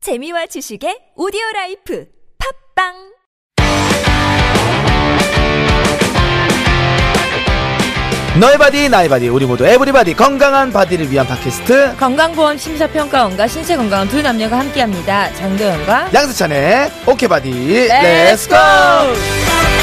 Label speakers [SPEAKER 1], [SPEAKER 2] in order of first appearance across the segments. [SPEAKER 1] 재미와 지식의 오디오 라이프 팝빵
[SPEAKER 2] 너의 바디 나의 바디 우리 모두 에브리바디 건강한 바디를 위한 팟캐스트
[SPEAKER 3] 건강보험 심사평가원과 신체건강원 두 남녀가 함께합니다. 장도연과
[SPEAKER 2] 양세찬의 오케이 바디
[SPEAKER 3] Let's
[SPEAKER 2] 렛츠고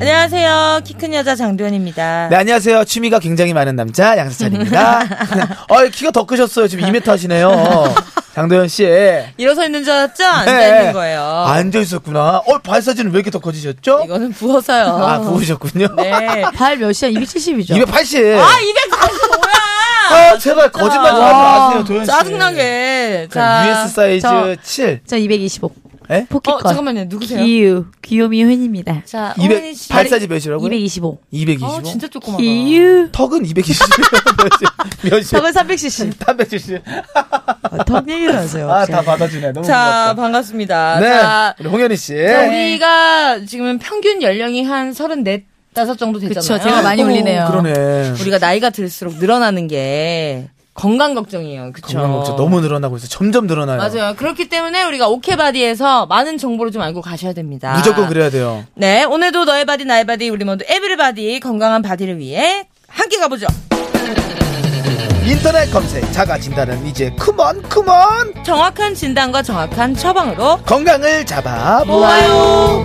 [SPEAKER 3] 안녕하세요. 키 큰 여자 장도연입니다.
[SPEAKER 2] 네 안녕하세요 취미가 굉장히 많은 남자 양세찬입니다 어 키가 더 크셨어요 지금 2m 하시네요 장도연 씨
[SPEAKER 3] 일어서 있는 줄 알았죠? 앉아
[SPEAKER 2] 네.
[SPEAKER 3] 있는 거예요.
[SPEAKER 2] 앉아 있었구나 어 발사진은 왜 이렇게 더 커지셨죠
[SPEAKER 3] 이거는 부어서요.
[SPEAKER 2] 아 부으셨군요
[SPEAKER 3] 네.
[SPEAKER 4] 발 몇이야? 270이죠.
[SPEAKER 2] 280
[SPEAKER 3] 아, 240 뭐야? 아,
[SPEAKER 2] 아, 제가 거짓말 좀 하지
[SPEAKER 4] 와,
[SPEAKER 2] 마세요 도연 씨
[SPEAKER 3] 짜증나게. 자.
[SPEAKER 2] 그러니까 US 사이즈 예?
[SPEAKER 4] 저-
[SPEAKER 2] 7
[SPEAKER 4] 저 225.
[SPEAKER 2] 에?
[SPEAKER 4] 포켓컷.
[SPEAKER 3] 어, 잠깐만요. 누구세요?
[SPEAKER 4] 기유. 귀요미 휘입니다.
[SPEAKER 3] 자,
[SPEAKER 2] 200
[SPEAKER 3] 어머니 씨.
[SPEAKER 2] 발사지 몇이라고요
[SPEAKER 4] 225.
[SPEAKER 2] 225
[SPEAKER 3] 어, 진짜 조그마다.
[SPEAKER 4] 기유.
[SPEAKER 2] 턱은 220 몇이
[SPEAKER 4] 턱은 300cc.
[SPEAKER 2] 370.
[SPEAKER 3] 어,
[SPEAKER 4] 턱 얘기를 하세요.
[SPEAKER 2] 아, 다 받아주네. 너무
[SPEAKER 3] 자,
[SPEAKER 2] 고맙다.
[SPEAKER 3] 반갑습니다.
[SPEAKER 2] 네.
[SPEAKER 3] 자,
[SPEAKER 2] 우리 홍현희 씨.
[SPEAKER 3] 자, 우리가 지금 평균 연령이 한 34, 5 정도 되잖아요.
[SPEAKER 4] 그쵸, 제가 많이
[SPEAKER 2] 어,
[SPEAKER 4] 올리네요.
[SPEAKER 2] 그러네.
[SPEAKER 3] 우리가 나이가 들수록 늘어나는 게 건강 걱정이에요. 그쵸?
[SPEAKER 2] 건강 걱정 너무 늘어나고 있어. 점점 늘어나요.
[SPEAKER 3] 그렇죠. 맞아요. 그렇기 때문에 우리가 오케바디에서 많은 정보를 좀 알고 가셔야 됩니다.
[SPEAKER 2] 무조건 그래야 돼요.
[SPEAKER 3] 네, 오늘도 너의 바디, 나의 바디, 우리 모두 에브리바디 건강한 바디를 위해 함께 가보죠.
[SPEAKER 2] 인터넷 검색, 자가 진단은 이제 크먼 크먼
[SPEAKER 3] 정확한 진단과 정확한 처방으로
[SPEAKER 2] 건강을 잡아
[SPEAKER 3] 모아요.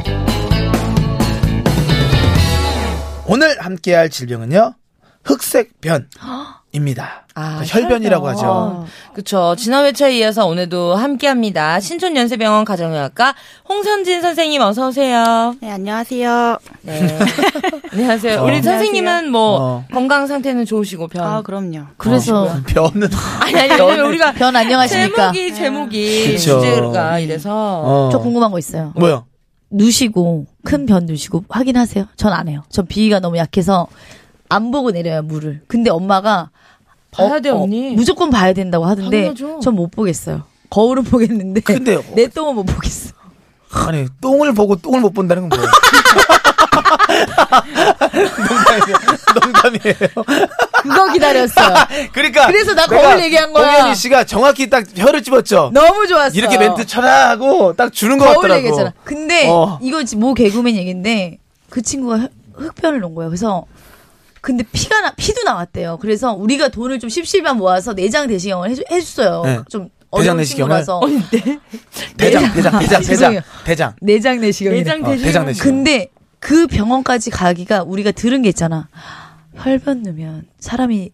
[SPEAKER 2] 오늘 함께할 질병은요 흑색 변입니다.
[SPEAKER 3] 아,
[SPEAKER 2] 그러니까 혈변이라고 하죠.
[SPEAKER 3] 그쵸. 지난 회차에 이어서 오늘도 함께 합니다. 신촌연세병원 가정의학과 홍선진 선생님 어서오세요.
[SPEAKER 5] 네, 안녕하세요.
[SPEAKER 3] 네. 안녕하세요.
[SPEAKER 2] 어.
[SPEAKER 3] 우리 선생님은 뭐
[SPEAKER 2] 어.
[SPEAKER 3] 건강 상태는 좋으시고 변.
[SPEAKER 5] 아, 그럼요.
[SPEAKER 4] 그래서
[SPEAKER 2] 변은
[SPEAKER 3] 아니, 아니, 왜냐면 우리가
[SPEAKER 4] 변 안녕하십니까?
[SPEAKER 3] 제목이 제목이
[SPEAKER 2] 그쵸.
[SPEAKER 3] 주제가 이래서
[SPEAKER 2] 어.
[SPEAKER 4] 저 궁금한 거 있어요.
[SPEAKER 2] 뭐야?
[SPEAKER 4] 누시고 큰 변 누시고 확인하세요. 전 안 해요. 전 비위가 너무 약해서 안 보고 내려요 물을. 근데 엄마가
[SPEAKER 3] 봐야 돼 언니.
[SPEAKER 4] 무조건 봐야 된다고 하던데
[SPEAKER 3] 당연하죠.
[SPEAKER 4] 전 못 보겠어요. 거울은 보겠는데
[SPEAKER 2] 근데 어-
[SPEAKER 4] 내 똥은 못 보겠어.
[SPEAKER 2] 아니 똥을 보고 똥을 못 본다는 건 뭐예요? 농담이에요. 농담이에요.
[SPEAKER 4] 그거 기다렸어요.
[SPEAKER 2] 그러니까
[SPEAKER 4] 그래서 나
[SPEAKER 2] 내가
[SPEAKER 4] 거울 얘기한 거야.
[SPEAKER 2] 홍현희 씨가 정확히 딱 혀를 집었죠.
[SPEAKER 4] 너무 좋았어.
[SPEAKER 2] 이렇게 멘트 쳐라 하고 딱 주는 것
[SPEAKER 4] 거울
[SPEAKER 2] 같더라고.
[SPEAKER 4] 얘기했잖아. 근데
[SPEAKER 2] 어.
[SPEAKER 4] 이거 지금 모 개그맨 얘기인데 그 친구가 흑- 흑변을 놓은 거예요. 그래서 근데 피가 나, 피도 나왔대요. 그래서 우리가 돈을 좀 십시만 모아서 내장 대시경을 해주, 해줬어요.
[SPEAKER 2] 네.
[SPEAKER 4] 좀
[SPEAKER 2] 대장
[SPEAKER 4] 어려운
[SPEAKER 2] 내시경을?
[SPEAKER 4] 친구라서 아,
[SPEAKER 2] 대장, 대장, 대장, 대장,
[SPEAKER 4] 죄송해요.
[SPEAKER 2] 대장.
[SPEAKER 4] 내장 내시경이
[SPEAKER 3] 내장
[SPEAKER 2] 어, 대장 내시.
[SPEAKER 4] 근데 그 병원까지 가기가 우리가 들은 게 있잖아. 혈변 넣으면 사람이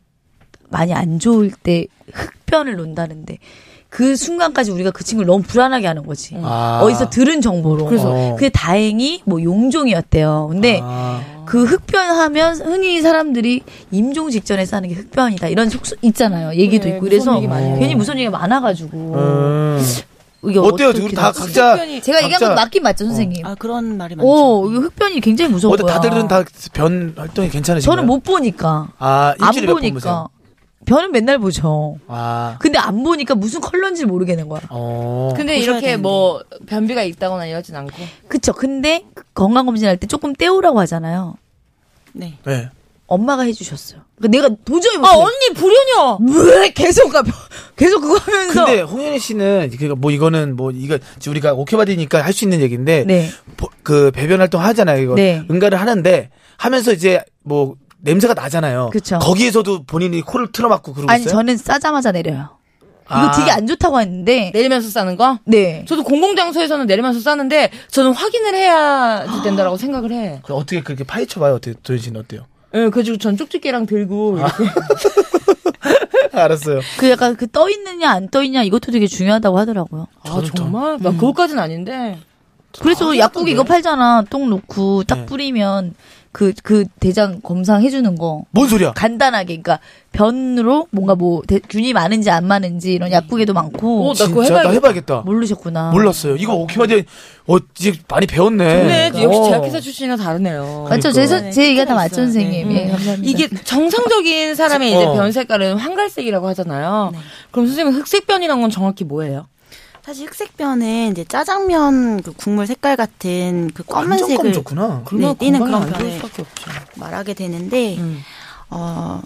[SPEAKER 4] 많이 안 좋을 때 흑변을 논다는데 그 순간까지 우리가 그 친구를 너무 불안하게 하는 거지.
[SPEAKER 2] 아.
[SPEAKER 4] 어디서 들은 정보로.
[SPEAKER 2] 그래서-
[SPEAKER 4] 어. 그게 다행히 뭐 용종이었대요. 근데
[SPEAKER 2] 아,
[SPEAKER 4] 그 흑변하면 흔히 사람들이 임종 직전에 싸는 게 흑변이다 이런 속수 있잖아요. 얘기도 있고 그래서 괜히 무슨 얘기가 많아가지고 이게
[SPEAKER 2] 어. 어때요?
[SPEAKER 4] 음. 어떻게
[SPEAKER 2] 우리 다
[SPEAKER 4] 될지.
[SPEAKER 2] 각자
[SPEAKER 4] 제가 얘기한 건
[SPEAKER 2] 각자-
[SPEAKER 4] 맞긴 맞죠 선생님.
[SPEAKER 5] 아, 그런 말이 많죠.
[SPEAKER 4] 오, 이거 흑변이 굉장히 무서운
[SPEAKER 2] 어때?
[SPEAKER 4] 거야.
[SPEAKER 2] 다들은 다 변 활동이 괜찮으신가요?
[SPEAKER 4] 저는 못 보니까.
[SPEAKER 2] 아,
[SPEAKER 4] 안
[SPEAKER 2] 일주일에 몇번
[SPEAKER 4] 보니까.
[SPEAKER 2] 보세요?
[SPEAKER 4] 변은 맨날 보죠.
[SPEAKER 2] 아,
[SPEAKER 4] 근데 안 보니까 무슨 컬러인지 모르겠는 거야.
[SPEAKER 2] 어.
[SPEAKER 4] 그
[SPEAKER 3] 근데
[SPEAKER 5] 보셔야
[SPEAKER 3] 이렇게
[SPEAKER 5] 되는데.
[SPEAKER 3] 뭐 변비가 있다거나 이러진 않고.
[SPEAKER 4] 그쵸. 근데 건강검진할 때 조금 떼오라고 하잖아요.
[SPEAKER 5] 네.
[SPEAKER 2] 네.
[SPEAKER 4] 엄마가 해주셨어요. 그러니까 내가 도저히 못해.
[SPEAKER 3] 아 언니 불효녀.
[SPEAKER 4] 왜 계속 가, 계속 그거 하면서.
[SPEAKER 2] 근데 홍현희 씨는 그러니까 뭐 이거는 뭐 이거 지금 우리가 오케바디니까 할 수 있는 얘기인데
[SPEAKER 4] 네.
[SPEAKER 2] 보- 그 배변 활동 하잖아요. 이거
[SPEAKER 4] 네.
[SPEAKER 2] 응가를 하는데 하면서 이제 뭐 냄새가 나잖아요.
[SPEAKER 4] 그쵸.
[SPEAKER 2] 거기에서도 본인이 코를 틀어막고 그러고
[SPEAKER 4] 아니,
[SPEAKER 2] 있어요.
[SPEAKER 4] 저는 싸자마자 내려요.
[SPEAKER 2] 아.
[SPEAKER 4] 이거 되게 안 좋다고 했는데.
[SPEAKER 3] 내리면서 싸는 거?
[SPEAKER 4] 네.
[SPEAKER 3] 저도 공공장소에서는 내리면서 싸는데 저는 확인을 해야 된다라고 생각을 해.
[SPEAKER 2] 그럼 어떻게 그렇게 파헤쳐 봐요? 어떻게 도현 씨는 어때요?
[SPEAKER 3] 예, 그래가지고 전 쪽집게랑 들고
[SPEAKER 2] 아,
[SPEAKER 3] 이렇게.
[SPEAKER 2] 알았어요.
[SPEAKER 4] 그 약간 그 떠 있느냐 안 떠 있냐 이것도 되게 중요하다고 하더라고요.
[SPEAKER 3] 아 정말?
[SPEAKER 2] 음.
[SPEAKER 3] 나 그것까진 아닌데.
[SPEAKER 4] 그래서 약국 이거 팔잖아. 똥 놓고 딱
[SPEAKER 2] 네.
[SPEAKER 4] 뿌리면 그, 그 대장 검상 해주는 거.
[SPEAKER 2] 뭔 소리야?
[SPEAKER 4] 간단하게, 그러니까 변으로 뭔가 뭐 대- 균이 많은지 안 많은지 이런 약국에도 많고.
[SPEAKER 3] 어, 나 그거
[SPEAKER 2] 진짜 나
[SPEAKER 3] 해봐야겠다.
[SPEAKER 2] 해봐야겠다.
[SPEAKER 4] 모르셨구나.
[SPEAKER 2] 몰랐어요. 이거 오케바디 어 이제 많이 배웠네.
[SPEAKER 3] 근데 역시
[SPEAKER 2] 어. 그러니까.
[SPEAKER 3] 제약회사 출신이라 다르네요.
[SPEAKER 4] 맞죠? 제, 선- 제 얘기가 다 맞죠, 선생님.
[SPEAKER 3] 음.
[SPEAKER 4] 예, 감사합니다.
[SPEAKER 3] 이게 정상적인 사람의 이제
[SPEAKER 2] 어.
[SPEAKER 3] 네. 변 색깔은 황갈색이라고 하잖아요. 그럼 선생님 흑색 변이란 건 정확히 뭐예요?
[SPEAKER 5] 사실 흑색변은 이제 짜장면 그 국물 색깔 같은 그
[SPEAKER 2] 완전
[SPEAKER 5] 검은색을
[SPEAKER 2] 검좋구나.
[SPEAKER 5] 네, 띄는 그런
[SPEAKER 3] 안 좋을
[SPEAKER 5] 변을
[SPEAKER 3] 수밖에 없죠.
[SPEAKER 5] 말하게 되는데
[SPEAKER 3] 음.
[SPEAKER 5] 어,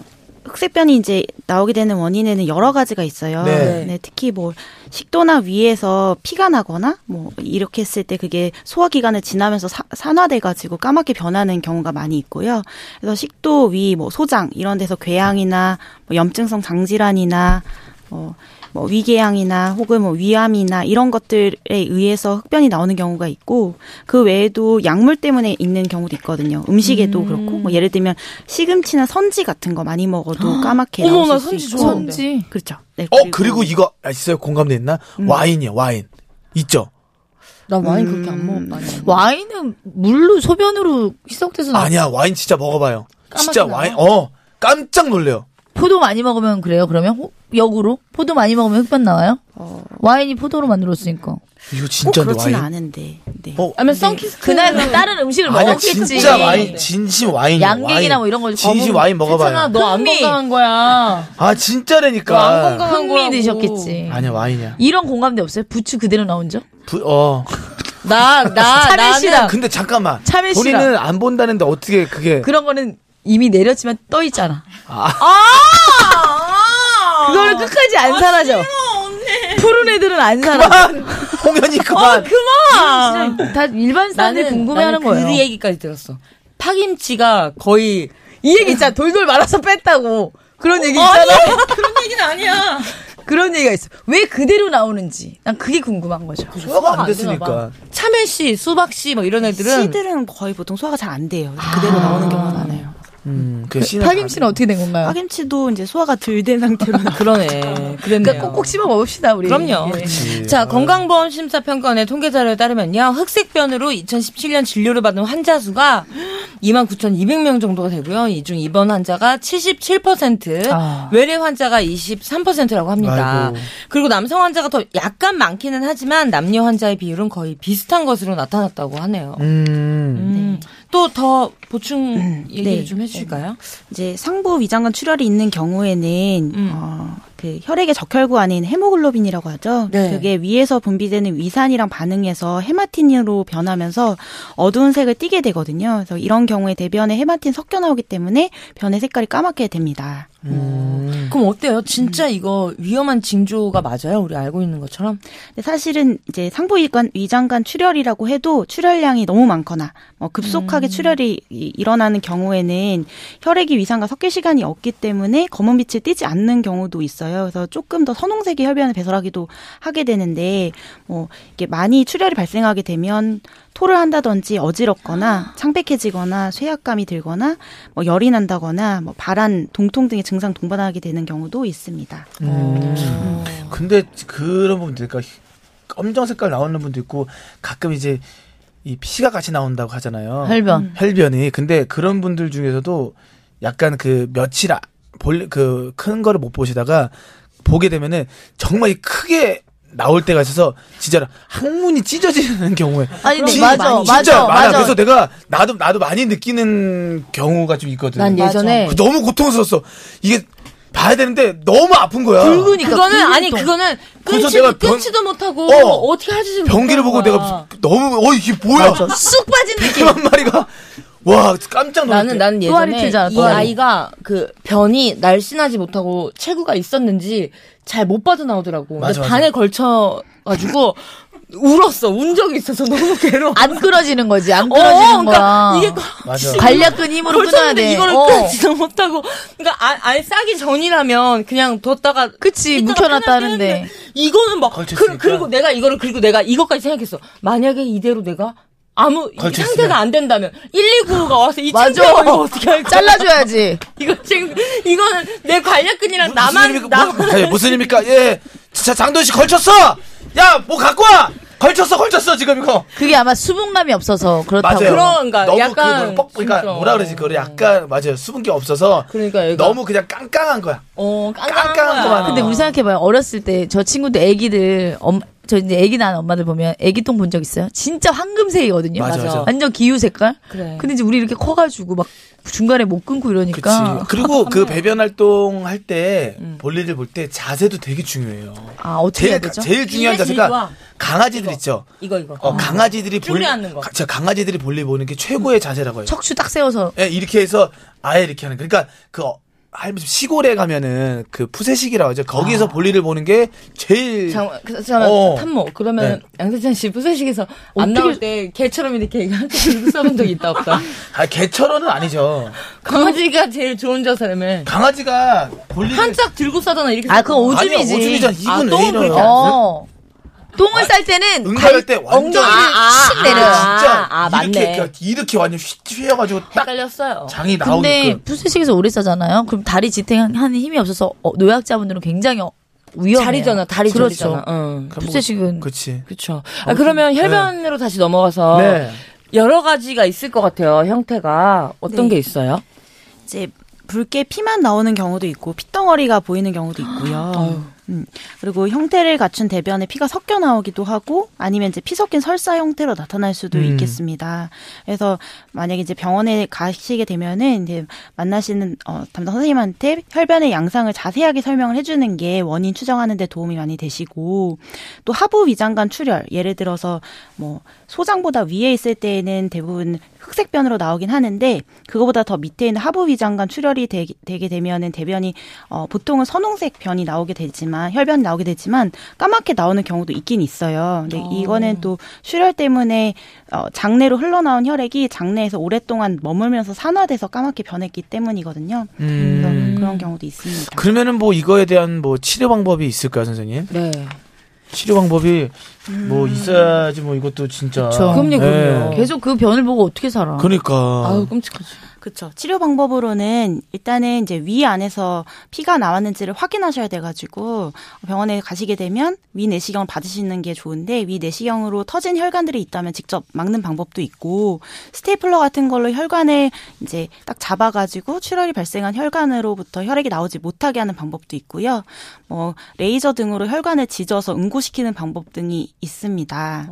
[SPEAKER 5] 흑색변이 이제 나오게 되는 원인에는 여러 가지가 있어요.
[SPEAKER 2] 네.
[SPEAKER 3] 네.
[SPEAKER 5] 특히 뭐 식도나 위에서 피가 나거나 뭐 이렇게 했을 때 그게 소화 기간을 지나면서 사- 산화돼가지고 까맣게 변하는 경우가 많이 있고요. 그래서 식도, 위, 뭐 소장 이런 데서 궤양이나 뭐 염증성 장질환이나 어, 뭐 위궤양이나 혹은 뭐 위암이나 이런 것들에 의해서 흑변이 나오는 경우가 있고 그 외에도 약물 때문에 있는 경우도 있거든요. 음식에도 그렇고 뭐 예를 들면 시금치나 선지 같은 거 많이 먹어도 까맣게
[SPEAKER 3] 아, 어머, 나
[SPEAKER 5] 나올 수
[SPEAKER 3] 선지
[SPEAKER 5] 있고
[SPEAKER 3] 좋아하는데.
[SPEAKER 4] 선지.
[SPEAKER 5] 그렇죠. 네,
[SPEAKER 2] 어, 그리고 이거 아, 있어요? 공감대 있나? 와인이요, 와인. 있죠?
[SPEAKER 3] 나 와인 그렇게 안
[SPEAKER 5] 음.
[SPEAKER 3] 먹었다.
[SPEAKER 4] 와인은 물로 소변으로 희석돼서 나
[SPEAKER 2] 아니야, 와인 진짜 먹어봐요.
[SPEAKER 3] 까맣게
[SPEAKER 2] 진짜
[SPEAKER 3] 나와?
[SPEAKER 2] 와인, 어, 깜짝 놀래요.
[SPEAKER 4] 포도 많이 먹으면 그래요. 그러면 호- 역으로 포도 많이 먹으면 흑변 나와요? 와인이 포도로 만들었으니까.
[SPEAKER 2] 이거
[SPEAKER 5] 꼭
[SPEAKER 2] 진짜인데,
[SPEAKER 5] 뭐 그렇진
[SPEAKER 2] 와인.
[SPEAKER 5] 않은데. 네.
[SPEAKER 2] 어,
[SPEAKER 3] 아니면 썬키스
[SPEAKER 4] 그날 그 다른 음식을
[SPEAKER 2] 아니야,
[SPEAKER 4] 먹었겠지.
[SPEAKER 2] 진짜 와인, 진심 와인이야.
[SPEAKER 4] 양갱이나 뭐 이런 거
[SPEAKER 2] 진심
[SPEAKER 4] 거북-
[SPEAKER 2] 와인 먹어봐요.
[SPEAKER 3] 괜찮아, 너 안
[SPEAKER 4] 흥미.
[SPEAKER 3] 건강한 거야.
[SPEAKER 2] 아,
[SPEAKER 3] 너 안
[SPEAKER 2] 진짜라니까.
[SPEAKER 3] 건강한
[SPEAKER 4] 흥미
[SPEAKER 3] 거라고.
[SPEAKER 4] 드셨겠지.
[SPEAKER 2] 아니야, 와인이야.
[SPEAKER 4] 이런 공감대 없어요? 부추 그대로 나온 적?
[SPEAKER 2] 부, 어.
[SPEAKER 3] 나, 나,
[SPEAKER 4] 차례
[SPEAKER 3] 나는
[SPEAKER 4] 시작.
[SPEAKER 2] 근데 잠깐만.
[SPEAKER 4] 참외 씨가.
[SPEAKER 2] 본인은 안 본다는데 어떻게 그게.
[SPEAKER 4] 그런 거는 이미 내렸지만 떠 있잖아. 그걸 끝까지 안 사라져. 푸른 애들은 안 사라져.
[SPEAKER 2] 그만! 홍현이 그만!
[SPEAKER 3] 그만!
[SPEAKER 4] 진짜 다 일반 사람들이
[SPEAKER 3] 아. 나는
[SPEAKER 4] 궁금해하는
[SPEAKER 3] 나는
[SPEAKER 4] 거예요.
[SPEAKER 3] 그 얘기까지 들었어. 파김치가 거의 이 얘기 있잖아. 돌돌 말아서 뺐다고. 그런 얘기 있잖아. 그런 얘기는 아니야.
[SPEAKER 4] 그런 얘기가 있어. 왜 그대로 나오는지 난 그게 궁금한 거죠.
[SPEAKER 2] 소화가 안 됐으니까.
[SPEAKER 3] 참외 씨, 수박 씨 뭐 이런 애들은
[SPEAKER 5] 씨들은 거의 보통 소화가 잘 안 돼요. 그대로 나오는 경우가 많아요.
[SPEAKER 2] 음, 그 씨는
[SPEAKER 4] 파김
[SPEAKER 2] 다-
[SPEAKER 4] 씨는 어떻게 된
[SPEAKER 5] 아.
[SPEAKER 4] 건가요?
[SPEAKER 5] 파김치도 이제 소화가 덜 된 상태로 나.
[SPEAKER 3] 그러네. 그랬네요.
[SPEAKER 4] 그러니까 꼭꼭 씹어 먹읍시다 우리.
[SPEAKER 3] 그럼요.
[SPEAKER 4] 예.
[SPEAKER 2] 그치.
[SPEAKER 3] 자, 건강보험 심사평가원의 통계 자료에 따르면요. 흑색변으로 2017년 진료를 받은 환자 수가 29,200명 정도가 되고요. 이 중 입원 환자가 77%,
[SPEAKER 4] 아.
[SPEAKER 3] 외래 환자가 23%라고 합니다.
[SPEAKER 2] 아이고.
[SPEAKER 3] 그리고 남성 환자가 더 약간 많기는 하지만 남녀 환자의 비율은 거의 비슷한 것으로 나타났다고 하네요.
[SPEAKER 2] 음.
[SPEAKER 3] 또 더 보충 얘기를
[SPEAKER 5] 네.
[SPEAKER 3] 좀 해주실까요?
[SPEAKER 5] 이제 상부 위장관 출혈이 있는 경우에는
[SPEAKER 3] 음.
[SPEAKER 5] 어, 그 혈액의 적혈구 안에 있는 헤모글로빈이라고 하죠.
[SPEAKER 3] 네.
[SPEAKER 5] 그게 위에서 분비되는 위산이랑 반응해서 헤마틴으로 변하면서 어두운 색을 띠게 되거든요. 그래서 이런 경우에 대변에 헤마틴 섞여 나오기 때문에 변의 색깔이 까맣게 됩니다. 음.
[SPEAKER 2] 음.
[SPEAKER 3] 그럼 어때요? 진짜 이거 위험한 징조가 맞아요? 우리 알고 있는 것처럼?
[SPEAKER 5] 근데 사실은 이제 상부 위관, 위장관 출혈이라고 해도 출혈량이 너무 많거나 뭐 급속하게 출혈이 이- 일어나는 경우에는 혈액이 위상과 섞일 시간이 없기 때문에 검은 빛을 띠지 않는 경우도 있어요. 그래서 조금 더 선홍색의 혈변을 배설하기도 하게 되는데 뭐 이게 많이 출혈이 발생하게 되면 토를 한다든지 어지럽거나 창백해지거나 쇠약감이 들거나 뭐 열이 난다거나 뭐 발한 동통 등의 증상 동반하게 되는 경우도 있습니다.
[SPEAKER 2] 근데 그런 부분도 있까 검정 색깔 나오는 분도 있고 가끔 이제 이 피가 같이 나온다고 하잖아요.
[SPEAKER 3] 음.
[SPEAKER 4] 혈변.
[SPEAKER 2] 혈변이. 근데 그런 분들 중에서도 약간 그 며칠 아, 볼그 큰 거를 못 보시다가 보게 되면은 정말 이 크게 나올 때가 있어서 진짜 항문이 찢어지는 경우에
[SPEAKER 4] 아니 근데
[SPEAKER 2] 진-
[SPEAKER 4] 맞아 맞아
[SPEAKER 2] 진짜 많아.
[SPEAKER 4] 맞아.
[SPEAKER 2] 그래서 내가 나도 나도 많이 느끼는 경우가 좀 있거든.
[SPEAKER 3] 난 예전에
[SPEAKER 2] 그 너무 고통스러웠어. 이게 봐야 되는데 너무 아픈 거야.
[SPEAKER 4] 붉으니까
[SPEAKER 3] 그거는 아니
[SPEAKER 4] 붉은
[SPEAKER 3] 그거는
[SPEAKER 2] 그래서
[SPEAKER 3] 끊지,
[SPEAKER 2] 내가 변-
[SPEAKER 3] 끊지도 못하고
[SPEAKER 2] 어.
[SPEAKER 3] 어. 떻게 하지
[SPEAKER 2] 변기를 보고 내가
[SPEAKER 3] 그러니까.
[SPEAKER 2] 그 너무 어 이게 뭐야?
[SPEAKER 4] 똥. 쑥 빠진 느낌.
[SPEAKER 2] 한 마리가 와 깜짝 놀랐어.
[SPEAKER 3] 나는 나는
[SPEAKER 4] 또아리
[SPEAKER 3] 예전에
[SPEAKER 4] 틀지 않아,
[SPEAKER 3] 이
[SPEAKER 4] 또아리.
[SPEAKER 3] 아이가 그 변이 날씬하지 못하고 체구가 있었는지 잘 못 빠져나오더라고.
[SPEAKER 2] 맞아,
[SPEAKER 3] 근데
[SPEAKER 2] 맞아.
[SPEAKER 3] 반에 걸쳐 가지고 울었어. 운 적이 있어서 너무 괴로워.
[SPEAKER 4] 안 끊어지는 거지 안
[SPEAKER 3] 어,
[SPEAKER 4] 끊어지는
[SPEAKER 3] 그러니까
[SPEAKER 4] 거야. 어.
[SPEAKER 3] 이게 거-
[SPEAKER 2] 맞아.
[SPEAKER 4] 관략근 힘으로 끊어야
[SPEAKER 3] 걸쳤는데
[SPEAKER 4] 돼.
[SPEAKER 3] 이거를
[SPEAKER 4] 어.
[SPEAKER 3] 끊지도 못하고 그러니까 안, 안 싸기 전이라면 그냥 뒀다가
[SPEAKER 4] 그치
[SPEAKER 3] 이따가
[SPEAKER 4] 묵혀놨다
[SPEAKER 3] 편하게
[SPEAKER 4] 하는데.
[SPEAKER 3] 했는데 이거는 막
[SPEAKER 2] 걸쳤으니까.
[SPEAKER 3] 그, 그리고 내가 이거를 그리고 내가 이것까지 생각했어 만약에 이대로 내가 아무 이
[SPEAKER 2] 걸쳤으면.
[SPEAKER 3] 상태가 안 된다면 119가 와서 이
[SPEAKER 4] 맞아.
[SPEAKER 3] 친구가 이거 어떻게 할까
[SPEAKER 4] 잘라줘야지.
[SPEAKER 3] 이거 지금 이거는 내 관략근이랑
[SPEAKER 2] 무슨
[SPEAKER 3] 나만
[SPEAKER 2] 일입니까?
[SPEAKER 3] 나
[SPEAKER 2] 뭐- 아니, 무슨 일입니까? 예, 진짜 장도연 씨 걸쳤어. 야, 뭐 갖고 와. 걸쳤어, 걸쳤어 지금 이거.
[SPEAKER 4] 그게 아마 수분감이 없어서 그렇다고.
[SPEAKER 2] 맞아요.
[SPEAKER 3] 그런가, 그러니까
[SPEAKER 2] 너무
[SPEAKER 3] 약간
[SPEAKER 2] 그걸 뻑, 그러니까
[SPEAKER 3] 진짜.
[SPEAKER 2] 뭐라 그러지? 그걸 약간 맞아요. 수분기 없어서
[SPEAKER 3] 그러니까 얘가-
[SPEAKER 2] 너무 그냥 깡깡한 거야.
[SPEAKER 3] 어 깡깡한
[SPEAKER 2] 깡깡한
[SPEAKER 3] 거야.
[SPEAKER 2] 거만.
[SPEAKER 4] 근데 우리 생각해봐요. 어렸을 때 저 친구들 애기들 엄, 저 이제 아기 낳은 엄마들 보면 아기똥 본 적 있어요? 진짜 황금색이거든요.
[SPEAKER 2] 맞아, 맞아.
[SPEAKER 4] 완전 기후 색깔.
[SPEAKER 3] 그래.
[SPEAKER 4] 근데 이제 우리 이렇게 커가지고 막 중간에 못 끊고 이러니까
[SPEAKER 2] 그리고그 배변 활동 할 때
[SPEAKER 3] 음.
[SPEAKER 2] 볼일을 볼 때 자세도 되게 중요해요.
[SPEAKER 4] 아 어떻게 해야
[SPEAKER 2] 제일
[SPEAKER 4] 되죠?
[SPEAKER 2] 제일 중요한
[SPEAKER 3] 이게 제일
[SPEAKER 2] 자세가
[SPEAKER 3] 좋아.
[SPEAKER 2] 강아지들 있죠.
[SPEAKER 3] 이거 이거.
[SPEAKER 2] 어, 강아지들이
[SPEAKER 3] 줄이
[SPEAKER 2] 볼일
[SPEAKER 3] 앉는 거. 음.
[SPEAKER 2] 가- 진짜 강아지들이 볼일 보는 게 최고의 자세라고 해요.
[SPEAKER 4] 척추 딱 세워서
[SPEAKER 2] 예, 이렇게 해서 아예 이렇게 하는. 거. 그러니까 그 어, 할- 시골에 가면은 그 푸세식이라고 하죠. 거기서
[SPEAKER 3] 아.
[SPEAKER 2] 볼일을 보는 게 제일
[SPEAKER 3] 잠, 그, 잠깐만,
[SPEAKER 2] 어.
[SPEAKER 3] 탐모. 그러면, 양세찬 씨, 부세식에서 안
[SPEAKER 4] 어떻게-
[SPEAKER 3] 나올 때, 개처럼 이렇게 한테 들고 써본 적 있다, 없다.
[SPEAKER 2] 아, 개처럼은 아니죠.
[SPEAKER 3] 그 강아지가 제일 좋은 자세라며.
[SPEAKER 2] 강아지가 볼일
[SPEAKER 3] 한짝 들고 싸잖아, 이렇게.
[SPEAKER 4] 아 그건 오줌이지.
[SPEAKER 2] 아니야, 오줌이잖아. 이건
[SPEAKER 3] 아,
[SPEAKER 2] 왜
[SPEAKER 3] 똥은
[SPEAKER 2] 이래요?
[SPEAKER 3] 그렇게 안
[SPEAKER 4] 어. 똥을 쌀 때는
[SPEAKER 2] 응가할
[SPEAKER 4] 발-
[SPEAKER 2] 때 완전
[SPEAKER 4] 엉덩이를 씩 내려.
[SPEAKER 3] 아,
[SPEAKER 4] 요
[SPEAKER 2] 진짜
[SPEAKER 3] 아, 아,
[SPEAKER 2] 이렇게 그러니까
[SPEAKER 3] 맞네.
[SPEAKER 2] 이렇게, 이렇게 완전 휘- 휘어가지고 딱
[SPEAKER 3] 헷갈렸어요.
[SPEAKER 2] 장이
[SPEAKER 4] 근데
[SPEAKER 2] 아, 나오니까
[SPEAKER 4] 부스식에서 오래 싸잖아요. 그럼 다리 지탱하는 힘이 없어서 어, 노약자분들은 굉장히 어- 위험해요.
[SPEAKER 3] 다리잖아, 다리
[SPEAKER 4] 그렇죠.
[SPEAKER 3] 저리잖아. 응.
[SPEAKER 4] 부스식은
[SPEAKER 2] 그렇지.
[SPEAKER 3] 그쵸. 아, 그러면 혈변으로 다시 넘어가서.
[SPEAKER 2] 네.
[SPEAKER 3] 여러 가지가 있을 것 같아요, 형태가. 어떤
[SPEAKER 5] 네.
[SPEAKER 3] 게 있어요?
[SPEAKER 5] 이제 붉게 피만 나오는 경우도 있고 핏덩어리가 보이는 경우도 있고요. 음, 그리고 형태를 갖춘 대변에 피가 섞여 나오기도 하고 아니면 이제 피 섞인 설사 형태로 나타날 수도
[SPEAKER 2] 음.
[SPEAKER 5] 있겠습니다. 그래서 만약에 이제 병원에 가시게 되면은 이제 만나시는 어, 담당 선생님한테 혈변의 양상을 자세하게 설명을 해주는 게 원인 추정하는 데 도움이 많이 되시고 또 하부 위장관 출혈 예를 들어서 뭐 소장보다 위에 있을 때에는 대부분 흑색변으로 나오긴 하는데 그거보다 더 밑에 있는 하부 위장관 출혈이 되, 게 되면은 대변이 어, 보통은 선홍색 변이 나오게 되지만 혈변이 나오게 되지만 까맣게 나오는 경우도 있긴 있어요. 근데 이거는 또 출혈 때문에 어, 장내로 흘러나온 혈액이 장내에서 오랫동안 머물면서 산화돼서 까맣게 변했기 때문이거든요. 그런, 그런 경우도 있습니다.
[SPEAKER 2] 그러면은 뭐 이거에 대한 뭐 치료 방법이 있을까요, 선생님?
[SPEAKER 3] 네.
[SPEAKER 2] 치료 방법이 뭐 있어야지 뭐 이것도 진짜.
[SPEAKER 4] 그쵸.
[SPEAKER 3] 음. 그럼요, 그럼요.
[SPEAKER 2] 예.
[SPEAKER 4] 그렇죠. 계속 그 변을 보고 어떻게 살아?
[SPEAKER 2] 그러니까.
[SPEAKER 3] 아우, 끔찍하지.
[SPEAKER 5] 그렇죠. 치료 방법으로는 일단은 이제 위 안에서 피가 나왔는지를 확인하셔야 돼가지고 병원에 가시게 되면 위 내시경을 받으시는 게 좋은데 위 내시경으로 터진 혈관들이 있다면 직접 막는 방법도 있고 스테이플러 같은 걸로 혈관을 이제 딱 잡아가지고 출혈이 발생한 혈관으로부터 혈액이 나오지 못하게 하는 방법도 있고요. 뭐 레이저 등으로 혈관을 지져서 응고시키는 방법 등이 있습니다.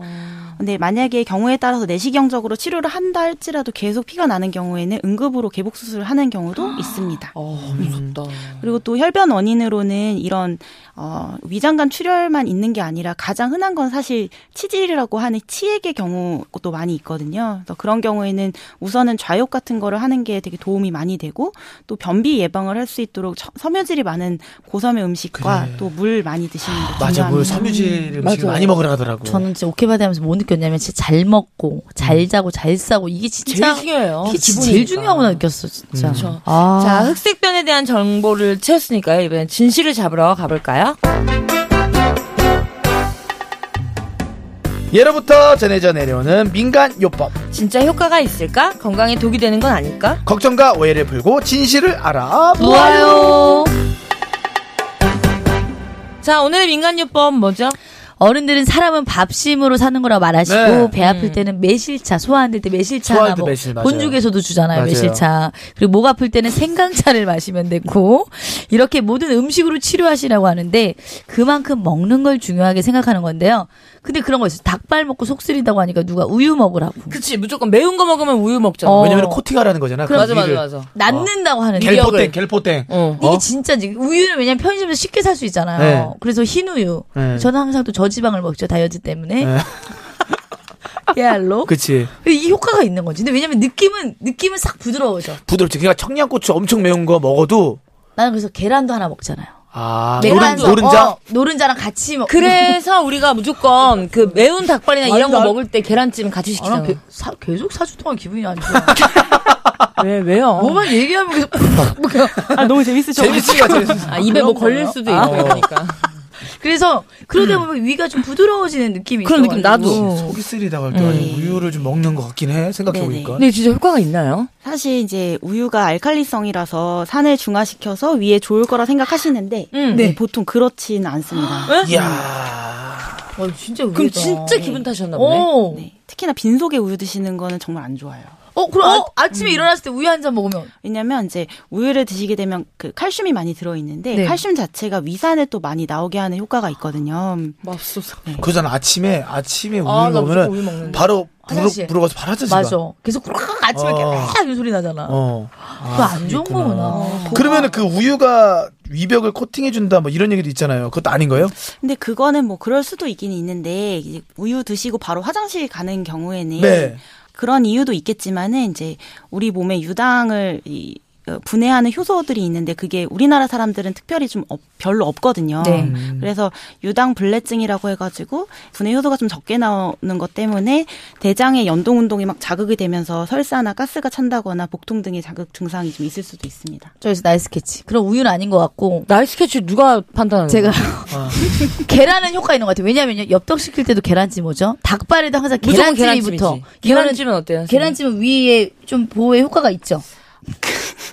[SPEAKER 5] 근데 만약에 경우에 따라서 내시경적으로 치료를 한다 할지라도 계속 피가 나는 경우에는 응급으로 개복 수술을 하는 경우도 있습니다.
[SPEAKER 3] 어, 무섭다.
[SPEAKER 5] 그리고 또 혈변 원인으로는 이런 어, 위장관 출혈만 있는 게 아니라 가장 흔한 건 사실 치질이라고 하는 치액의 경우도 많이 있거든요. 그래서 그런 경우에는 우선은 좌욕 같은 거를 하는 게 되게 도움이 많이 되고 또 변비 예방을 할 수 있도록 처- 섬유질이 많은 고섬유 음식과
[SPEAKER 2] 그래.
[SPEAKER 5] 또 물 많이 드시는 게
[SPEAKER 2] 맞아,
[SPEAKER 5] 중요합니다.
[SPEAKER 2] 뭐 섬유질 음식
[SPEAKER 3] 맞아요.
[SPEAKER 2] 많이 먹으라 하더라고.
[SPEAKER 4] 저는 진짜 오케바디 하면서 뭐 느꼈냐면 진짜 잘 먹고
[SPEAKER 2] 음.
[SPEAKER 4] 잘 자고 잘 싸고 이게 진짜
[SPEAKER 3] 제일 중요해요.
[SPEAKER 4] 이게 진짜
[SPEAKER 3] 기본이니까.
[SPEAKER 4] 제일 중요하구나 느꼈어
[SPEAKER 2] 음.
[SPEAKER 4] 진짜.
[SPEAKER 3] 그쵸.
[SPEAKER 4] 아.
[SPEAKER 3] 자, 흑색변에 대한 정보를 채웠으니까요. 이번엔 진실을 잡으러 가볼까요?
[SPEAKER 2] 예로부터 전해져 내려오는 민간 요법.
[SPEAKER 3] 진짜 효과가 있을까? 건강에 독이 되는 건 아닐까?
[SPEAKER 2] 걱정과 오해를 풀고 진실을 알아.
[SPEAKER 4] 좋아요.
[SPEAKER 3] 자, 오늘의 민간요법 뭐죠?
[SPEAKER 4] 어른들은 사람은 밥심으로 사는 거라고 말하시고
[SPEAKER 2] 네.
[SPEAKER 4] 배 아플 때는 매실차 소화 안 될 때 매실차나
[SPEAKER 2] 소화할 때
[SPEAKER 4] 뭐
[SPEAKER 2] 매실, 맞아요.
[SPEAKER 4] 본죽에서도 주잖아요
[SPEAKER 2] 맞아요.
[SPEAKER 4] 매실차 그리고 목 아플 때는 생강차를 마시면 되고 이렇게 모든 음식으로 치료하시라고 하는데 그만큼 먹는 걸 중요하게 생각하는 건데요 근데 그런 거 있어요 닭발 먹고 속 쓰린다고 하니까 누가 우유 먹으라고
[SPEAKER 3] 그치, 무조건 매운 거 먹으면 우유 먹잖아.
[SPEAKER 4] 어.
[SPEAKER 2] 왜냐면 코팅하라는 거잖아. 그
[SPEAKER 3] 맞아, 맞아,
[SPEAKER 2] 위를.
[SPEAKER 3] 맞아.
[SPEAKER 4] 낫는다고 하는데
[SPEAKER 2] 겔포땡, 겔포땡.
[SPEAKER 3] 어.
[SPEAKER 4] 이게 진짜 이제 우유는 왜냐면 편의점에서 쉽게 살 수 있잖아요.
[SPEAKER 2] 네.
[SPEAKER 4] 그래서 흰 우유.
[SPEAKER 2] 네.
[SPEAKER 4] 저는 항상 또 저지방을 먹죠 다이어트 때문에.
[SPEAKER 2] 네.
[SPEAKER 4] 깨알로.
[SPEAKER 2] 그치.
[SPEAKER 4] 근데 이 효과가 있는 거지. 근데 왜냐면 느낌은 느낌은 싹 부드러워져.
[SPEAKER 2] 부드럽지. 그러니까 청양고추 엄청 매운 거 먹어도
[SPEAKER 4] 나는 그래서 계란도 하나 먹잖아요.
[SPEAKER 2] 아, 노른,
[SPEAKER 4] 계란도,
[SPEAKER 2] 노른자?
[SPEAKER 4] 어, 노른자랑 같이 먹.
[SPEAKER 3] 그래서 우리가 무조건 그 매운 닭발이나 이런 거
[SPEAKER 4] 완전-
[SPEAKER 3] 먹을 때 계란찜 같이
[SPEAKER 4] 아, 나
[SPEAKER 3] 시키잖아. 그,
[SPEAKER 4] 개- 사- 계속 사주 동안 기분이 안 좋아.
[SPEAKER 3] 아, 왜, 왜요?
[SPEAKER 4] 뭐만 얘기하면 계속
[SPEAKER 5] 아, 너무 재밌으셔.
[SPEAKER 2] 재밌지가 재밌
[SPEAKER 3] 아, 입에 뭐
[SPEAKER 4] 그런
[SPEAKER 3] 걸릴
[SPEAKER 4] 거예요?
[SPEAKER 3] 수도 있고 그러니까.
[SPEAKER 4] 그래서 그러다
[SPEAKER 2] 음.
[SPEAKER 4] 보면 위가 좀 부드러워지는 느낌이
[SPEAKER 3] 그런
[SPEAKER 4] 있어가지고.
[SPEAKER 3] 느낌 나도.
[SPEAKER 2] 속이 쓰리다고 할때 우유를 좀 먹는 것 같긴 해. 생각해보니까.
[SPEAKER 3] 근데 진짜 효과가 있나요?
[SPEAKER 5] 사실 이제 우유가 알칼리성이라서 산을 중화시켜서 위에 좋을 거라 생각하시는데
[SPEAKER 3] 음.
[SPEAKER 2] 어?
[SPEAKER 5] 네, 보통 그렇지는 않습니다.
[SPEAKER 2] 이야.
[SPEAKER 4] 와, 어, 진짜 의외다.
[SPEAKER 3] 그럼 진짜 기분 탓이었나 보네.
[SPEAKER 4] 어.
[SPEAKER 5] 네. 특히나 빈속에 우유 드시는 거는 정말 안 좋아요.
[SPEAKER 4] 어, 그럼 아,
[SPEAKER 3] 음.
[SPEAKER 4] 침에 일어났을 때 우유 한 잔 먹으면
[SPEAKER 5] 왜냐면 이제 우유를 드시게 되면 그 칼슘이 많이 들어있는데
[SPEAKER 4] 네.
[SPEAKER 5] 칼슘 자체가 위산을 또 많이 나오게 하는 효과가 있거든요.
[SPEAKER 3] 맙소사.
[SPEAKER 2] 그러잖아 아침에 아침에 우유
[SPEAKER 3] 음. 아, 나 무조건 우유
[SPEAKER 2] 먹으면
[SPEAKER 3] 먹는데.
[SPEAKER 2] 바로 부러,
[SPEAKER 4] 화장실.
[SPEAKER 2] 부러가서 바로 화장실 가.
[SPEAKER 4] 맞아. 계속 꾸락 아침에
[SPEAKER 2] 어.
[SPEAKER 4] 깨락 이런 소리 나잖아.
[SPEAKER 2] 어.
[SPEAKER 4] 그거 안 좋은
[SPEAKER 2] 그랬구나.
[SPEAKER 3] 아,
[SPEAKER 4] 거구나.
[SPEAKER 2] 그러면은 그 우유가 위벽을 코팅해준다 뭐 이런 얘기도 있잖아요. 그것도 아닌 거예요?
[SPEAKER 5] 근데 그거는 뭐 그럴 수도 있긴 있는데 이제 우유 드시고 바로 화장실 가는 경우에는
[SPEAKER 2] 네.
[SPEAKER 5] 그런 이유도 있겠지만은 이제 우리 몸에 유당을 이 어, 분해하는 효소들이 있는데 그게 우리나라 사람들은 특별히 좀 없- 별로 없거든요.
[SPEAKER 4] 네.
[SPEAKER 2] 음.
[SPEAKER 5] 그래서 유당 불내증이라고 해가지고 분해 효소가 좀 적게 나오는 것 때문에 대장의 연동 운동이 막 자극이 되면서 설사나 가스가 찬다거나 복통 등의 자극 증상이 좀 있을 수도 있습니다.
[SPEAKER 4] 저기서 나이스 캐치. 그럼 우유는 아닌 것 같고
[SPEAKER 3] 나이 스케치 누가 판단하는
[SPEAKER 4] 제가
[SPEAKER 2] 음. 아.
[SPEAKER 4] 계란은 효과 있는 것 같아요. 왜냐면요 엽떡 시킬 때도 계란찜 뭐죠? 닭발에도 항상
[SPEAKER 3] 무조건
[SPEAKER 4] 계란찜이부터.
[SPEAKER 3] 계란찜이지. 계란찜은 어때요? 선생님?
[SPEAKER 4] 계란찜은 위에 좀 보호의 효과가 있죠.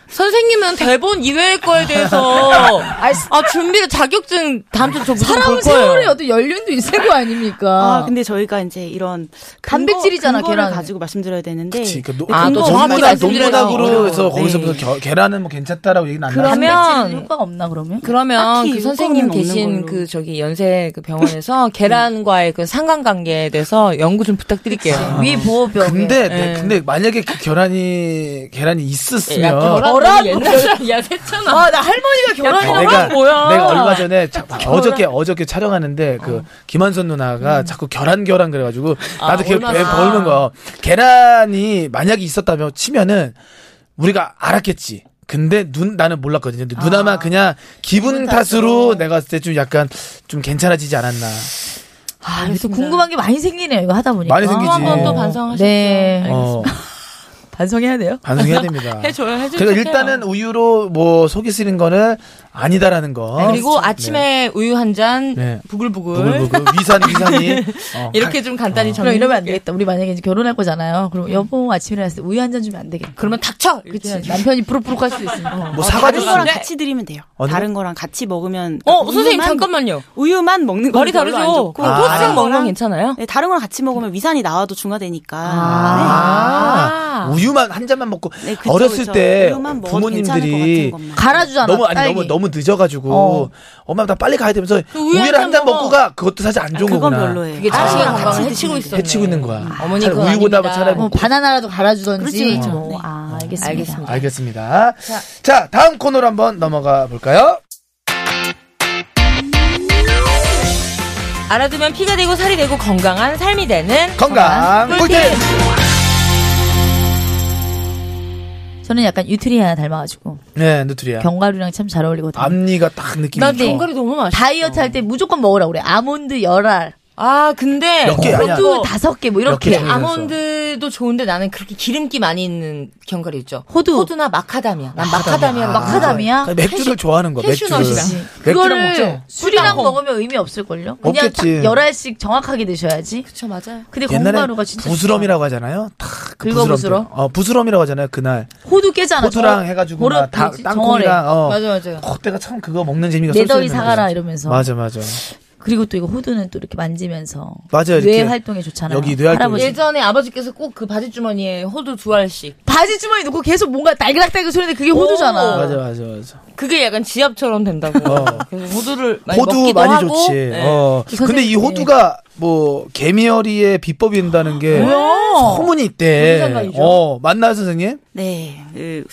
[SPEAKER 3] 선생님은 대본 이외의 거에 대해서 아 준비를 자격증 다음 주에 저 무슨 볼
[SPEAKER 4] 사람 세월에
[SPEAKER 3] 거예요.
[SPEAKER 4] 어떤 연륜도 있을 거 아닙니까?
[SPEAKER 5] 아, 근데 저희가 이제 이런
[SPEAKER 4] 단백질이잖아,
[SPEAKER 5] 근거를
[SPEAKER 4] 계란은.
[SPEAKER 5] 가지고 말씀드려야 되는데
[SPEAKER 2] 그치. 그 노,
[SPEAKER 3] 아,
[SPEAKER 2] 그
[SPEAKER 3] 또
[SPEAKER 2] 논문-
[SPEAKER 3] 정확히 말씀드려야
[SPEAKER 2] 논문학으로 해서
[SPEAKER 5] 어려워요.
[SPEAKER 2] 거기서
[SPEAKER 5] 네.
[SPEAKER 2] 무슨 겨- 계란은 뭐 괜찮다라고 얘기는 안
[SPEAKER 3] 그러면-
[SPEAKER 2] 나왔어요.
[SPEAKER 4] 단백질은 효과가 없나 그러면?
[SPEAKER 3] 그러면
[SPEAKER 5] 딱히
[SPEAKER 3] 그
[SPEAKER 5] 효과는
[SPEAKER 3] 선생님
[SPEAKER 5] 없는
[SPEAKER 3] 계신
[SPEAKER 5] 걸로.
[SPEAKER 3] 그 저기 연세 그 병원에서 계란과의 그 상관관계에 대해서 연구 좀 부탁드릴게요.
[SPEAKER 4] 위 보호병.
[SPEAKER 2] 아. 근데 네,
[SPEAKER 3] 예.
[SPEAKER 2] 근데 만약에 그 계란이 계란이 있었으면
[SPEAKER 3] 결혼 옛날 사람 야 세천아.
[SPEAKER 4] 아, 나 할머니가 결혼이라고
[SPEAKER 2] 내가
[SPEAKER 3] 뭐야?
[SPEAKER 2] 내가 얼마 전에 자- 어저께 어저께 촬영하는데 그 김한선 누나가 자꾸 결한 결한 그래가지고
[SPEAKER 3] 음. 아,
[SPEAKER 2] 나도 계속 배
[SPEAKER 3] 얼마나.
[SPEAKER 2] 벌는 거 계란이 만약에 있었다면 치면은 우리가 알았겠지. 근데 눈 나는 몰랐거든요. 근데
[SPEAKER 3] 아.
[SPEAKER 2] 누나만 그냥 기분
[SPEAKER 4] 기분
[SPEAKER 2] 탓으로
[SPEAKER 4] 탓으로.
[SPEAKER 2] 내가 봤을 때 좀 약간 좀 괜찮아지지 않았나.
[SPEAKER 4] 아, 그래서 궁금한 게 많이 생기네요. 이거 하다 보니까.
[SPEAKER 2] 많이 생기지.
[SPEAKER 3] 한번 또
[SPEAKER 2] 어.
[SPEAKER 3] 반성하시죠.
[SPEAKER 4] 네.
[SPEAKER 2] 어,
[SPEAKER 4] 반성해야 돼요.
[SPEAKER 2] 반성해야 됩니다.
[SPEAKER 3] 해줘요, 해줘요.
[SPEAKER 2] 그러니까 일단은 우유로 뭐 속이 쓰는 거는 아니다라는 거.
[SPEAKER 3] 그리고
[SPEAKER 2] 네.
[SPEAKER 3] 아침에 우유 한 잔
[SPEAKER 2] 네.
[SPEAKER 3] 부글부글.
[SPEAKER 2] 부글부글 위산 위산이 어,
[SPEAKER 3] 이렇게 좀 간단히
[SPEAKER 4] 그럼
[SPEAKER 3] 정리.
[SPEAKER 4] 이러면 안 되겠다. 우리 만약에 이제 결혼할 거잖아요. 그럼 여보 아침에 일어났을 때 우유 한 잔 주면 안 되겠다.
[SPEAKER 3] 그러면 닥쳐. 이렇게
[SPEAKER 4] 그치.
[SPEAKER 3] 해야지.
[SPEAKER 4] 남편이 부룩부룩 할 수도 있으니까.
[SPEAKER 2] 뭐 사과
[SPEAKER 5] 다른
[SPEAKER 2] 주스
[SPEAKER 5] 거랑
[SPEAKER 3] 네.
[SPEAKER 5] 같이 드리면 돼요.
[SPEAKER 2] 어느
[SPEAKER 5] 다른 거랑 같이 먹으면 그러니까
[SPEAKER 3] 어
[SPEAKER 5] 우유만-
[SPEAKER 3] 선생님 잠깐만요.
[SPEAKER 5] 우유만 먹는 건
[SPEAKER 3] 말이
[SPEAKER 5] 별로 안
[SPEAKER 3] 다르죠.
[SPEAKER 5] 좋고
[SPEAKER 2] 아.
[SPEAKER 5] 다른
[SPEAKER 3] 토스랑 먹는 건
[SPEAKER 5] 거랑-
[SPEAKER 3] 괜찮아요?
[SPEAKER 5] 네, 다른 거랑 같이 먹으면 위산이 나와도 중화되니까.
[SPEAKER 3] 아.
[SPEAKER 2] 아, 우유만 한 잔만 먹고
[SPEAKER 5] 네, 그쵸,
[SPEAKER 2] 어렸을
[SPEAKER 5] 그쵸.
[SPEAKER 2] 때
[SPEAKER 5] 우유만 먹어도 괜찮을
[SPEAKER 2] 부모님들이
[SPEAKER 5] 것 같은 것만.
[SPEAKER 4] 갈아주잖아.
[SPEAKER 2] 너무 아니 너무
[SPEAKER 4] 딸기.
[SPEAKER 2] 너무 늦어가지고
[SPEAKER 4] 어.
[SPEAKER 2] 엄마 나 빨리 가야 되면서
[SPEAKER 3] 우유
[SPEAKER 2] 우유를
[SPEAKER 3] 한
[SPEAKER 2] 한 잔
[SPEAKER 3] 잔
[SPEAKER 2] 먹고 가 그것도 사실 안 좋은
[SPEAKER 5] 아, 그건
[SPEAKER 2] 거구나.
[SPEAKER 5] 별로예요.
[SPEAKER 3] 그게 자식의
[SPEAKER 2] 아,
[SPEAKER 3] 건강을
[SPEAKER 2] 같이
[SPEAKER 3] 해치고 있어.
[SPEAKER 2] 해치고 있는 거야.
[SPEAKER 3] 어머니
[SPEAKER 2] 차라리
[SPEAKER 3] 그건
[SPEAKER 2] 우유보다
[SPEAKER 3] 아닙니다.
[SPEAKER 2] 차라리
[SPEAKER 4] 뭐
[SPEAKER 2] 먹고.
[SPEAKER 4] 바나나라도 갈아주던지.
[SPEAKER 5] 그렇지, 그렇죠.
[SPEAKER 4] 뭐.
[SPEAKER 5] 네.
[SPEAKER 4] 아, 알겠습니다.
[SPEAKER 3] 알겠습니다.
[SPEAKER 2] 알겠습니다. 자 다음 코너로 한번 넘어가 볼까요?
[SPEAKER 3] 알아두면 피가 되고 살이 되고 건강한 삶이 되는
[SPEAKER 2] 건강 꿀팁.
[SPEAKER 4] 저는 약간 유트리아 닮아가지고
[SPEAKER 2] 네 누트리아.
[SPEAKER 4] 견과류랑 참 잘 어울리거든요.
[SPEAKER 2] 앞니가 딱 느낌이
[SPEAKER 4] 나
[SPEAKER 2] 있죠.
[SPEAKER 4] 네.
[SPEAKER 3] 견과류 너무 맛있어.
[SPEAKER 4] 다이어트 할 때 무조건 먹으라 그래. 아몬드 열알,
[SPEAKER 3] 아 근데
[SPEAKER 2] 몇 개, 아니야.
[SPEAKER 3] 그것도
[SPEAKER 4] 또 다섯 개 뭐
[SPEAKER 2] 이렇게
[SPEAKER 4] 이렇게.
[SPEAKER 2] 개.
[SPEAKER 3] 아몬드도 좋은데 나는 그렇게 기름기 많이 있는 견과류 있죠.
[SPEAKER 4] 호두.
[SPEAKER 3] 호두나 마카다미아. 난 마카다미아를
[SPEAKER 2] 아,
[SPEAKER 3] 마카다미아.
[SPEAKER 4] 마카다미아?
[SPEAKER 2] 맥주를 좋아하는 거야.
[SPEAKER 3] 캐슈
[SPEAKER 2] 맥주를.
[SPEAKER 3] 넛이랑.
[SPEAKER 2] 맥주랑
[SPEAKER 4] 그거를
[SPEAKER 2] 먹죠.
[SPEAKER 4] 술이랑
[SPEAKER 3] 꿀당.
[SPEAKER 4] 먹으면 의미 없을걸요? 그냥 딱
[SPEAKER 2] 없겠지.
[SPEAKER 4] 열알씩 정확하게 드셔야지.
[SPEAKER 3] 그쵸 맞아요.
[SPEAKER 4] 근데
[SPEAKER 2] 옛날에
[SPEAKER 4] 견과류가 진짜
[SPEAKER 2] 부스럼이라고 하잖아요. 탁 그
[SPEAKER 4] 긁어 부스럼?
[SPEAKER 2] 어 부스럼이라고 하잖아요. 그날
[SPEAKER 4] 좋아. 호두 깨잖아.
[SPEAKER 2] 호두랑
[SPEAKER 4] 저-
[SPEAKER 2] 해가지고
[SPEAKER 4] 보름,
[SPEAKER 2] 막 다-
[SPEAKER 4] 뭐지?
[SPEAKER 2] 땅콩이랑,
[SPEAKER 4] 정어래.
[SPEAKER 2] 어.
[SPEAKER 4] 맞아 맞아.
[SPEAKER 2] 그때가 참 그거 먹는 재미가
[SPEAKER 4] 네. 내 더위
[SPEAKER 2] 쏠쏠했는데.
[SPEAKER 4] 사가라 이러면서.
[SPEAKER 2] 맞아 맞아.
[SPEAKER 4] 그리고 또 이거 호두는 또 이렇게 만지면서
[SPEAKER 2] 맞아요, 이렇게.
[SPEAKER 4] 뇌 활동에 좋잖아요.
[SPEAKER 2] 여기 뇌 활동에
[SPEAKER 4] 할아버지.
[SPEAKER 3] 예전에 아버지께서 꼭 그 바지 주머니에 호두 두 알씩.
[SPEAKER 4] 바지 주머니 넣고 계속 뭔가 딸그락딸그락 소리인데 그게 호두잖아.
[SPEAKER 2] 맞아 맞아 맞아.
[SPEAKER 3] 그게 약간 지압처럼 된다고.
[SPEAKER 2] 어.
[SPEAKER 3] 그래서 호두를 많이
[SPEAKER 2] 호두
[SPEAKER 3] 먹기도
[SPEAKER 2] 많이
[SPEAKER 3] 하고.
[SPEAKER 2] 좋지.
[SPEAKER 3] 네.
[SPEAKER 2] 어.
[SPEAKER 4] 그
[SPEAKER 2] 근데 이
[SPEAKER 4] 선생님.
[SPEAKER 2] 호두가 뭐 개미어리의 비법이 된다는 게 소문이
[SPEAKER 3] 무슨
[SPEAKER 2] 있대.
[SPEAKER 3] 상관이죠?
[SPEAKER 2] 어 맞나요 선생님?
[SPEAKER 5] 네, 그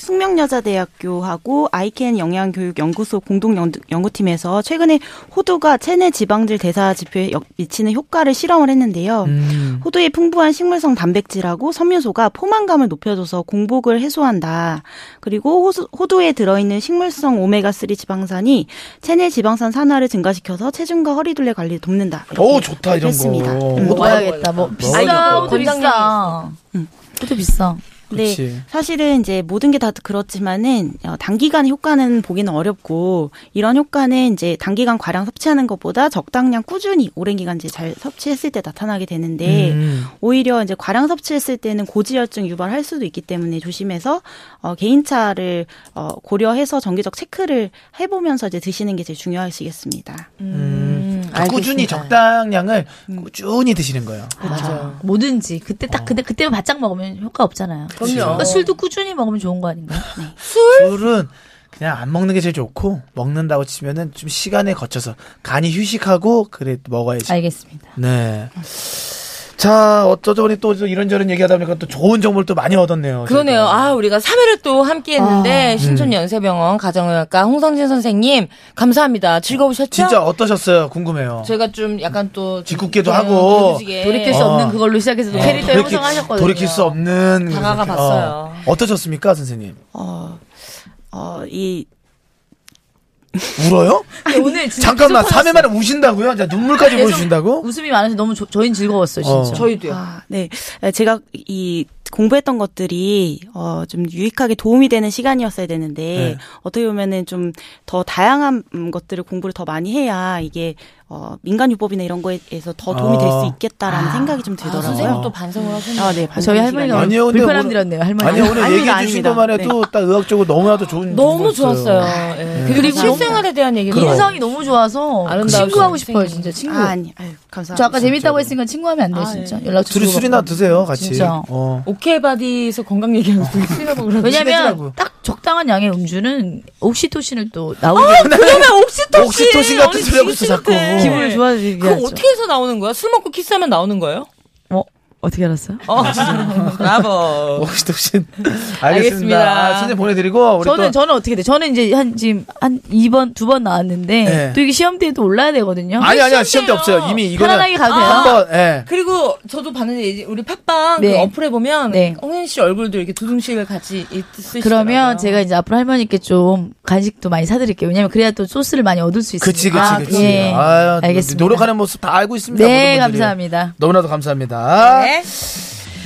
[SPEAKER 5] 숙명여자대학교하고 아이켄 영양교육연구소 공동 연- 연구팀에서 최근에 호두가 체내 지방질 대사 지표에 역- 미치는 효과를 실험을 했는데요.
[SPEAKER 2] 음.
[SPEAKER 4] 음.
[SPEAKER 5] 호두의 풍부한 식물성 단백질하고 섬유소가 포만감을 높여줘서 공복을 해소한다. 그리고 호수- 호두에 들어있는 식물성 오메가3 지방산이 체내 지방산 산화를 증가시켜서 체중과 허리둘레 관리를 돕는다. 이렇게
[SPEAKER 2] 오 좋다 이런
[SPEAKER 5] 했습니다.
[SPEAKER 2] 거. 음.
[SPEAKER 5] 음.
[SPEAKER 2] 호두
[SPEAKER 4] 먹어야겠다. 뭐 비싸.
[SPEAKER 2] 그러니까
[SPEAKER 3] 먹어야겠다.
[SPEAKER 4] 호두 비싸. 호두 비싸.
[SPEAKER 2] 그치.
[SPEAKER 5] 네, 사실은 이제 모든 게 다 그렇지만은 어, 단기간 효과는 보기는 어렵고 이런 효과는 이제 단기간 과량 섭취하는 것보다 적당량 꾸준히 오랜 기간 이제 잘 섭취했을 때 나타나게 되는데
[SPEAKER 2] 음.
[SPEAKER 5] 오히려 이제 과량 섭취했을 때는 고지혈증 유발할 수도 있기 때문에 조심해서 어, 개인차를 어, 고려해서 정기적 체크를 해보면서 이제 드시는 게 제일 중요하시겠습니다.
[SPEAKER 3] 음.
[SPEAKER 2] 그러니까 꾸준히 적당량을
[SPEAKER 4] 음.
[SPEAKER 2] 꾸준히 드시는 거예요.
[SPEAKER 4] 맞아. 뭐든지 그때 딱 근데 그때만 바짝 먹으면 효과 없잖아요.
[SPEAKER 2] 어. 그치.
[SPEAKER 4] 그러니까 술도 꾸준히 먹으면 좋은 거 네. 아닌가?
[SPEAKER 2] 네. 술은 그냥 안 먹는 게 제일 좋고 먹는다고 치면은 좀 시간에 거쳐서 간이 휴식하고 그래 먹어야지.
[SPEAKER 4] 알겠습니다.
[SPEAKER 2] 네. 자 어쩌다 보니 또 이런저런 얘기하다 보니까 또 좋은 정보를 또 많이 얻었네요. 아, 네.
[SPEAKER 3] 그러네요.
[SPEAKER 2] 저희가.
[SPEAKER 3] 아, 우리가 3회를 또 함께 했는데, 신촌 연세병원 가정의학과 홍성진 선생님, 감사합니다. 즐거우셨죠?
[SPEAKER 2] 진짜 어떠셨어요? 궁금해요.
[SPEAKER 3] 제가 좀 약간 또.
[SPEAKER 2] 짓궂게도
[SPEAKER 3] 좀
[SPEAKER 2] 하고.
[SPEAKER 3] 느긋이게
[SPEAKER 4] 돌이킬 수
[SPEAKER 2] 어.
[SPEAKER 4] 없는 그걸로 시작해서
[SPEAKER 2] 어,
[SPEAKER 4] 캐릭터
[SPEAKER 2] 돌이킬-
[SPEAKER 4] 형성하셨거든요.
[SPEAKER 2] 돌이킬 수 없는
[SPEAKER 3] 다가가
[SPEAKER 2] 그렇게-
[SPEAKER 3] 봤어요.
[SPEAKER 2] 어. 어떠셨습니까, 선생님?
[SPEAKER 5] 어, 어, 이,
[SPEAKER 2] 울어요?
[SPEAKER 4] 근데 오늘 아, 진짜
[SPEAKER 2] 잠깐만
[SPEAKER 4] 섭섭하셨어요.
[SPEAKER 2] 3회 만에 우신다고요? 자, 눈물까지
[SPEAKER 4] 계속
[SPEAKER 2] 보여주신다고?
[SPEAKER 4] 웃음이 많아서 너무 저, 저희는 즐거웠어요,
[SPEAKER 2] 어.
[SPEAKER 4] 진짜.
[SPEAKER 3] 저희도요.
[SPEAKER 5] 아, 네. 제가 이 공부했던 것들이 어, 좀 유익하게 도움이 되는 시간이었어야 되는데
[SPEAKER 2] 네.
[SPEAKER 5] 어떻게 보면은 좀 더 다양한 음, 것들을 공부를 더 많이 해야 이게 어, 민간요법이나 이런 거에서 더 도움이 될
[SPEAKER 2] 아.
[SPEAKER 5] 수 있겠다라는 생각이 좀
[SPEAKER 3] 아, 선생님
[SPEAKER 5] 들더라고요.
[SPEAKER 3] 또 반성을 하셨네요.
[SPEAKER 5] 아, 네.
[SPEAKER 4] 저희
[SPEAKER 5] 반성
[SPEAKER 4] 할머니가
[SPEAKER 5] 시간이에요.
[SPEAKER 2] 아니, 아니요, 근데
[SPEAKER 4] 불편함
[SPEAKER 2] 오늘-
[SPEAKER 4] 드렸네요, 할머니.
[SPEAKER 2] 아니 오늘
[SPEAKER 5] 아닙니다,
[SPEAKER 2] 얘기해 주신
[SPEAKER 5] 아닙니다.
[SPEAKER 2] 것만 해도 딱 의학적으로 너무나도 좋은
[SPEAKER 3] 너무
[SPEAKER 2] 정보였어요. 아, 네.
[SPEAKER 3] 좋았어요. 예. 그리고
[SPEAKER 4] 그리고
[SPEAKER 3] 실생활에 대한 얘기도.
[SPEAKER 2] 그럼.
[SPEAKER 4] 인상이 너무 좋아서 그
[SPEAKER 3] 아름다우신
[SPEAKER 4] 친구하고 싶어요,
[SPEAKER 3] 선생님.
[SPEAKER 4] 진짜 친구.
[SPEAKER 5] 아, 아니, 아유, 감사합니다.
[SPEAKER 4] 저 아까 재밌다고 했으니까 친구하면 안 돼요, 진짜. 연락
[SPEAKER 2] 아, 예. 둘이 술이나 드세요, 같이.
[SPEAKER 4] 진짜.
[SPEAKER 2] 어.
[SPEAKER 3] 오케이 바디에서 건강 얘기하고 술이라고 그러는데.
[SPEAKER 2] 친해지라고.
[SPEAKER 4] 왜냐면 딱 적당한 양의 음주는 옥시토신을 또
[SPEAKER 2] 아!
[SPEAKER 4] 나오게
[SPEAKER 3] 그러면 옥시토신.
[SPEAKER 2] 옥시토신 같은
[SPEAKER 3] 아니,
[SPEAKER 2] 소리 하고 있어, 자꾸.
[SPEAKER 3] 지긋지긋해.
[SPEAKER 4] 기분을 좋아지게
[SPEAKER 3] 그거
[SPEAKER 4] 하죠.
[SPEAKER 3] 어떻게 해서 나오는 거야? 술 먹고 키스하면 나오는 거예요?
[SPEAKER 4] 어, 어떻게 알았어요?
[SPEAKER 3] 어, 브라보.
[SPEAKER 2] 혹시 혹신 알겠습니다.
[SPEAKER 3] 알겠습니다.
[SPEAKER 2] 아, 진짜 보내드리고 우리
[SPEAKER 4] 저는
[SPEAKER 2] 또
[SPEAKER 4] 저는 어떻게 돼? 저는 이제 한 지금 한 2번 두 번 나왔는데
[SPEAKER 2] 네.
[SPEAKER 4] 또 이게 시험 때에 또 올라야 되거든요.
[SPEAKER 2] 아니 아니야 시험 때
[SPEAKER 3] 시험 때요.
[SPEAKER 2] 없어요. 이미 이거는
[SPEAKER 4] 편안하게 가도 돼요.
[SPEAKER 2] 한번 예.
[SPEAKER 3] 그리고 저도 봤는데 이제 우리 팟빵
[SPEAKER 4] 네.
[SPEAKER 3] 그 어플에 보면
[SPEAKER 4] 네.
[SPEAKER 3] 홍현 씨 얼굴도 이렇게 두둥실 같이 있으시더라고요.
[SPEAKER 2] 아.
[SPEAKER 4] 그러면 제가 이제 앞으로 할머니께 좀 간식도 많이 사드릴게요. 왜냐면 그래야 또 소스를 많이 얻을 수 있으니까.
[SPEAKER 2] 그치 그치 그치.
[SPEAKER 4] 예.
[SPEAKER 2] 아유, 네.
[SPEAKER 4] 알겠습니다.
[SPEAKER 2] 노력하는 모습 다 알고 있습니다.
[SPEAKER 4] 네,
[SPEAKER 2] 모든 분들이.
[SPEAKER 4] 감사합니다.
[SPEAKER 2] 너무나도 감사합니다.
[SPEAKER 3] 네.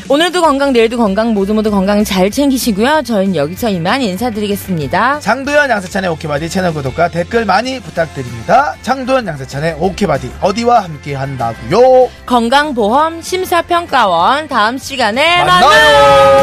[SPEAKER 3] 오늘도 건강 내일도 건강 모두 모두 건강 잘 챙기시고요. 저희는 여기서 이만 인사드리겠습니다.
[SPEAKER 2] 장도연 양세찬의 오케바디 채널 구독과 댓글 많이 부탁드립니다. 장도연 양세찬의 오케바디 어디와 함께 한다고요?
[SPEAKER 4] 네,
[SPEAKER 3] 건강보험 심사평가원 다음 시간에 만나요.
[SPEAKER 2] 만나요.